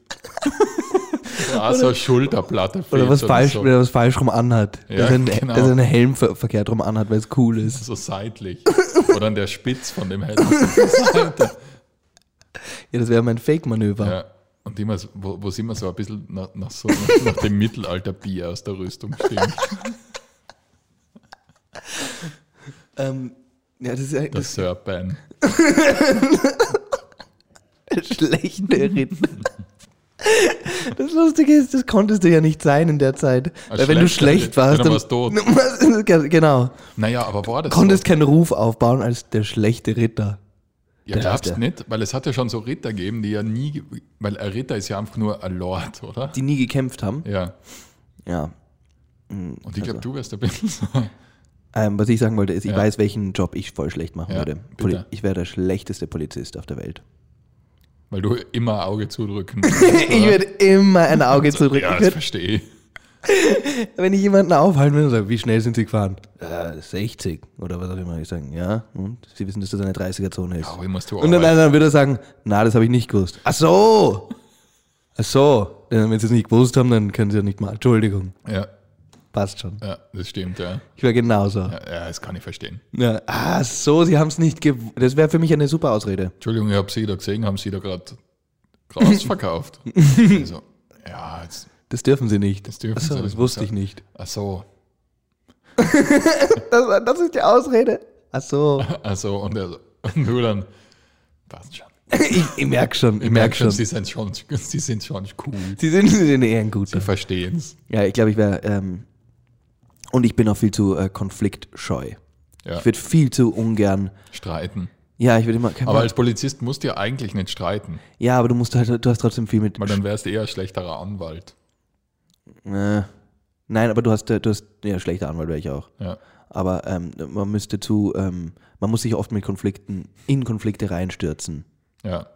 Ja, so eine Schulterplatte fehlt.
oder was falsch,
so.
oder was falsch rum anhat.
Ja,
dass, er,
genau.
dass er einen Helm ver verkehrt rum anhat, weil es cool ist.
so seitlich. Oder an der Spitz von dem Helm. so Seite.
Ja, das wäre mein Fake-Manöver.
Ja. Und immer, so- wo, wo es immer so ein bisschen nach, nach, so, nach dem Mittelalterbier aus der Rüstung stinkt.
Ähm, ja, das ist ja
Der Sir Ben.
das halt schlechte Reden. Das Lustige ist, das konntest du ja nicht sein in der Zeit.
Ein
Weil wenn du
schlechter
schlecht
Ritter,
warst,
dann warst du
genau.
Naja, aber war das
Konntest keinen Ruf aufbauen als der schlechte Ritter.
so? Ja, glaubst
der-
du nicht? Weil es hat ja schon so Ritter gegeben, die ja nie, weil ein Ritter ist ja einfach nur ein Lord, oder?
Die nie gekämpft haben.
Ja.
Ja.
Und ich glaube,
Also.
du wärst ein bisschen so.
Ähm, was ich sagen wollte, ist, ich
Ja.
weiß, welchen Job ich voll schlecht machen
Ja,
würde. Poli
bitte.
ich wäre der schlechteste Polizist auf der Welt.
Weil du immer ein Auge zudrücken musst. oder?
Ich würde immer ein Auge zudrücken.
Ja,
Ich
das
würd,
verstehe ich.
wenn ich jemanden aufhalten würde und sage, wie schnell sind Sie gefahren? Äh, 60 oder was auch immer. Ich sage, ja, und Sie wissen, dass das eine 30er-Zone ist.
Aber ich muss du
Und dann,
arbeiten.
dann würde er sagen, na, das habe ich nicht gewusst. Ach so. Ach so. Äh, Wenn sie es nicht gewusst haben, dann können sie ja nicht mal. Entschuldigung,
Ja,
passt schon.
ja, das stimmt, ja.
Ich wäre genauso. Ja.
ja. Ja, das kann ich verstehen.
Ah, so, sie haben es nicht gewusst. Das wäre für mich eine super Ausrede.
Entschuldigung, ich habe Sie da gesehen, haben Sie da gerade Gras verkauft? also, ja, jetzt,
Das dürfen sie nicht.
Das dürfen
Ach so,
sie
das
nicht,
wusste
ja.
ich nicht.
ach so,
Das, das ist die Ausrede. Ach so.
ach so, und, er, und du dann, passt schon.
Ich, ich merke schon, ich,
Ich
merke
merke
schon.
schon,
Sie,
Sie sind schon, Sie sind schon cool.
sind, sie sind eher ein
Sie
guter.
verstehen es.
Ja, ich glaube, ich wäre. Ähm, und ich bin auch viel zu äh, konfliktscheu.
Ja,
Ich würde viel zu ungern.
streiten.
Ja, ich würde immer. kein-
Aber als Polizist musst du ja eigentlich nicht streiten,
ja, aber du musst halt, du hast trotzdem viel mit
weil dann wärst du eher ein schlechterer Anwalt.
Äh, nein, aber du hast, äh, du hast ja schlechter Anwalt wäre ich auch.
Ja,
Aber ähm, man müsste zu, ähm, man muss sich oft mit Konflikten in Konflikte reinstürzen.
ja,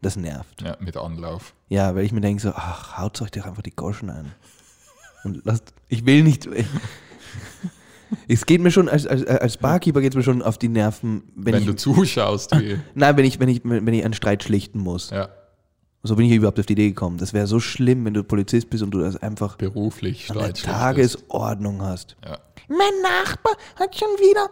Das nervt.
ja mit Anlauf.
Ja, weil ich mir denke so, ach, haut euch doch einfach die Goschen ein. Und lasst, ich will nicht. Es geht mir schon, als, als, als Barkeeper geht es mir schon auf die Nerven, wenn,
Wenn
ich.
du zuschaust, wie,
nein, wenn ich, wenn ich, wenn ich einen Streit schlichten muss.
ja,
So bin ich überhaupt auf die Idee gekommen. Das wäre so schlimm, wenn du Polizist bist und du das einfach
beruflich
an der
streitest.
Tagesordnung hast.
Ja.
Mein Nachbar hat schon wieder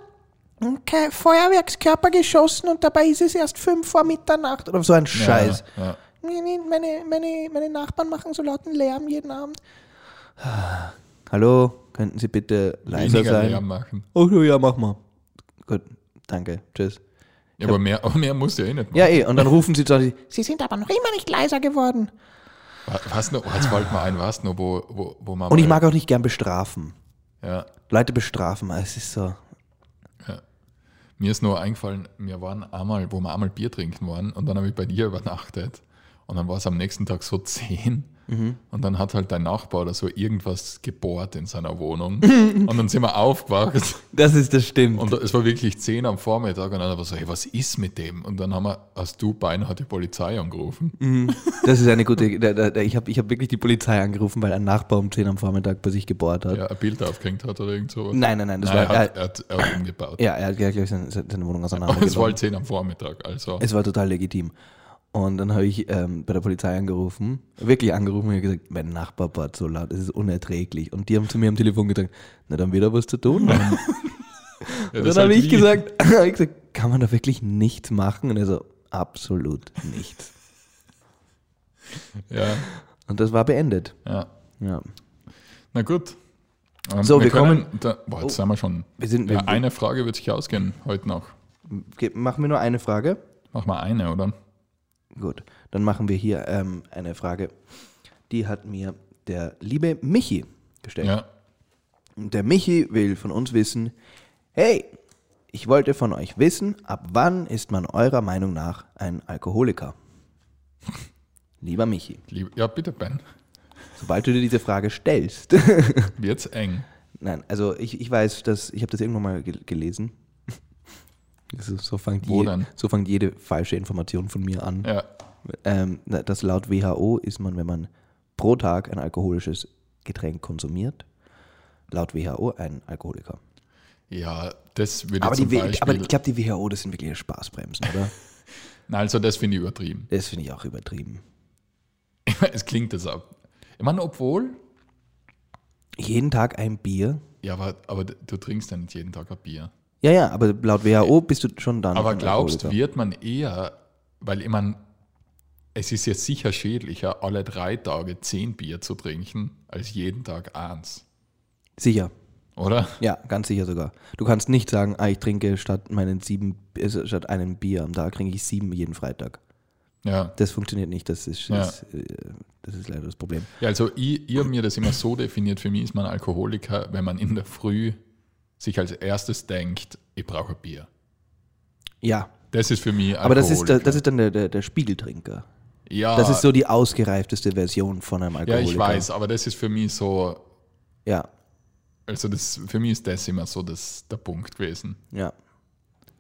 einen Ke- Feuerwerkskörper geschossen und dabei ist es erst fünf vor Mitternacht.
Oder so ein Scheiß.
Ja, ja.
Nee, nee, Meine, meine, meine Nachbarn machen so lauten Lärm jeden Abend.
Hallo, könnten Sie bitte leiser
Weniger
sein?
Lärm machen.
Oh ja, mach mal. Gut, danke, tschüss.
Ja, aber mehr, aber mehr musst du ja eh nicht machen.
Ja, eh, und dann rufen sie zu
Sie sind aber noch immer nicht leiser geworden.
Wa- Was noch, jetzt fällt mir ein, was noch, wo, wo, wo man.
Und ich
mal-
mag auch nicht gern bestrafen.
Ja,
Leute bestrafen, es ist so.
mir ist nur eingefallen, wir waren einmal, wo wir einmal Bier trinken waren und dann habe ich bei dir übernachtet und dann war es am nächsten Tag so 10
Mhm.
und dann hat halt dein Nachbar oder so irgendwas gebohrt in seiner Wohnung und dann sind wir aufgewacht
Das ist, das stimmt.
und es war wirklich 10 am Vormittag und dann war so, hey, was ist mit dem? Und dann haben wir, aus du hat die Polizei angerufen.
Mhm. Das ist eine gute. Da, da, da, ich habe ich hab wirklich die Polizei angerufen, weil ein Nachbar um 10 am Vormittag bei sich gebohrt hat.
Ja, ein Bild aufgehängt hat oder irgend sowas.
Nein, nein, nein, das
Nein,
war.
er
er,
hat, er hat, er hat umgebaut.
ja, er hat, glaube ich, seine, seine Wohnung
Aber
auseinandergenommen.
es war halt 10 am Vormittag, also.
Es war total legitim. Und dann habe ich ähm, bei der Polizei angerufen, wirklich angerufen und hab gesagt, mein Nachbar bat so laut, es ist unerträglich. Und die haben zu mir am Telefon gesagt, na dann wird er was zu tun haben.
Ja,
Und
das
dann habe
halt
ich
wie-
gesagt, hab ich gesagt, kann man da wirklich nichts machen? Und er so, absolut nichts.
Ja,
Und das war beendet.
ja.
Ja.
Na gut. Ähm,
So, wir Oh.
Können, da, boah, jetzt sind wir schon.
Wir sind,
Ja,
wir,
eine Frage wird sich ausgehen heute noch.
ge- machen wir nur eine Frage.
Mach mal eine, oder?
Gut, dann machen wir hier ähm, eine Frage. Die hat mir der liebe Michi gestellt.
Ja.
Und Der Michi will von uns wissen, Hey, ich wollte von euch wissen, ab wann ist man eurer Meinung nach ein Alkoholiker? Lieber Michi,
Lieb, ja, bitte, Ben.
sobald du dir diese Frage stellst.
Wird's eng.
Nein, also ich, ich weiß, dass ich habe das irgendwann mal gel- gelesen. So, so, fängt
Wo
je,
denn?
so fängt jede falsche Information von mir an.
Ja.
Ähm, na, dass laut WHO ist man, wenn man pro Tag ein alkoholisches Getränk konsumiert, laut WHO ein Alkoholiker.
Ja, das würde
Aber,
zum
die, W-
Beispiel.
aber ich glaube, die WHO, das sind wirklich Spaßbremsen, oder?
Nein, also das finde ich übertrieben.
Das finde ich auch übertrieben.
es klingt das ab. Ich meine, obwohl.
Jeden Tag ein Bier.
Ja, aber, aber du trinkst ja nicht jeden Tag ein Bier.
Ja, ja, aber laut WHO bist du schon dann.
Aber
ein
glaubst,
Alkoholiker.
wird man eher, weil ich meine, es ist jetzt sicher schädlicher, alle drei Tage zehn Bier zu trinken, als jeden Tag eins,
Sicher.
oder?
Ja, ganz sicher sogar. Du kannst nicht sagen, ah, ich trinke statt meinen sieben, äh, statt einem Bier am Tag trinke ich sieben jeden Freitag.
Ja.
Das funktioniert nicht. Das ist,
Ja.
ist, äh, das ist leider das Problem.
ja also ich, ich habe mir das immer so definiert, für mich ist man Alkoholiker, wenn man in der Früh sich als erstes denkt, ich brauche ein Bier.
Ja,
Das ist für mich Alkoholiker.
aber das ist, der- das ist dann der, der, der Spiegeltrinker.
ja,
Das ist so die ausgereifteste Version von einem
ja,
Alkoholiker.
ich weiß, aber das ist für mich so,
Ja,
also das, für mich ist das immer so das, der Punkt gewesen.
ja.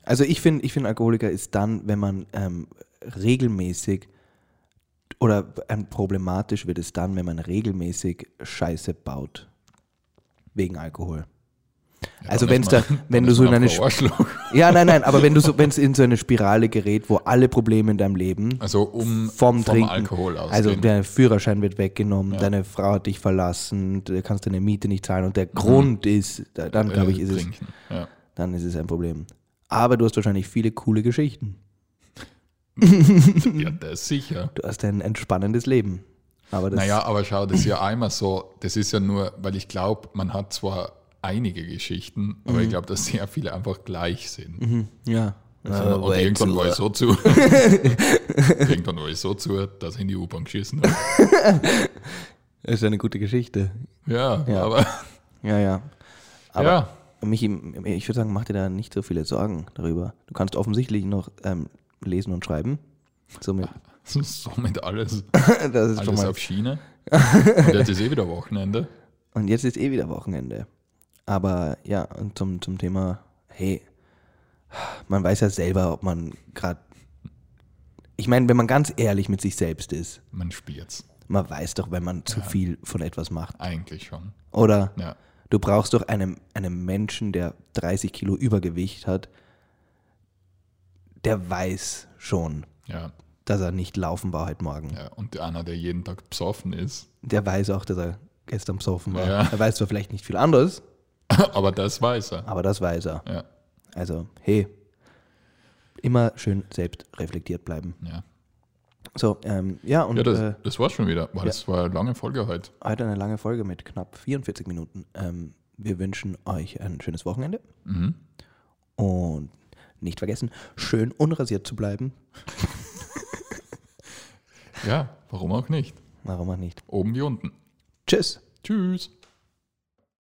Also ich finde, ich find, Alkoholiker ist dann, wenn man ähm, regelmäßig oder ähm, problematisch wird es dann, wenn man regelmäßig Scheiße baut. Wegen Alkohol.
Ja,
Also
dann
wenn's
ist
da-
man-
wenn
dann
du
ist
so
man
in
ein
eine Sch-
Arschloch.
Ja, nein, nein, aber wenn du so, wenn es in so eine Spirale gerät, wo alle Probleme in deinem Leben
Also um
vom, Trinken,
Alkohol ausgehen.
also dein Führerschein wird weggenommen,
Ja.
deine Frau hat dich verlassen, du kannst deine Miete nicht zahlen und der Grund ist, da- dann glaube ich, ist es,
Mhm. äh, trinken. Ja.
dann ist es ein Problem. Aber du hast wahrscheinlich viele coole Geschichten.
ja, das ist sicher.
Du hast ein entspannendes Leben. Aber das,
Naja, aber schau, das ist ja einmal so, das ist ja nur, weil ich glaube, man hat zwar einige Geschichten, aber
Mhm.
ich glaube, dass sehr viele einfach gleich sind.
ja.
Also, und
Äh,
irgendwann war ich so zu. irgendwann war ich so zu, dass ich in die U-Bahn geschissen habe.
Das ist eine gute Geschichte.
Ja,
Ja.
aber
Ja, ja. Aber
ja,
Michi, ich würde sagen, mach dir da nicht so viele Sorgen darüber. Du kannst offensichtlich noch ähm, lesen und schreiben. Somit,
somit alles,
das ist schon
alles
mal.
auf Schiene. Und jetzt ist eh wieder Wochenende.
Und jetzt ist eh wieder Wochenende. Aber ja, und zum, zum Thema, hey, man weiß ja selber, ob man gerade. Ich meine, wenn man ganz ehrlich mit sich selbst ist,
Man spürt's.
man weiß doch, wenn man zu viel von etwas macht.
Eigentlich schon.
Oder
Ja.
du brauchst doch einen, einen Menschen, der 30 Kilo Übergewicht hat, der weiß schon,
Ja,
dass er nicht laufen war heute Morgen.
ja. Und einer, der jeden Tag besoffen ist.
Der weiß auch, dass er gestern besoffen war.
Ja.
Er weiß zwar vielleicht nicht viel anderes,
Aber das weiß er.
aber das weiß er.
Ja,
Also, hey, immer schön selbst reflektiert bleiben.
ja.
So, ähm, ja, und
ja das,
äh,
das war's schon wieder. Boah, Das war eine lange Folge heute.
heute eine lange Folge mit knapp 44 Minuten. Ähm, wir wünschen euch ein schönes Wochenende
Mhm.
und nicht vergessen, schön unrasiert zu bleiben.
Ja, warum auch nicht?
Warum auch nicht?
Oben wie unten.
Tschüss!
Tschüss.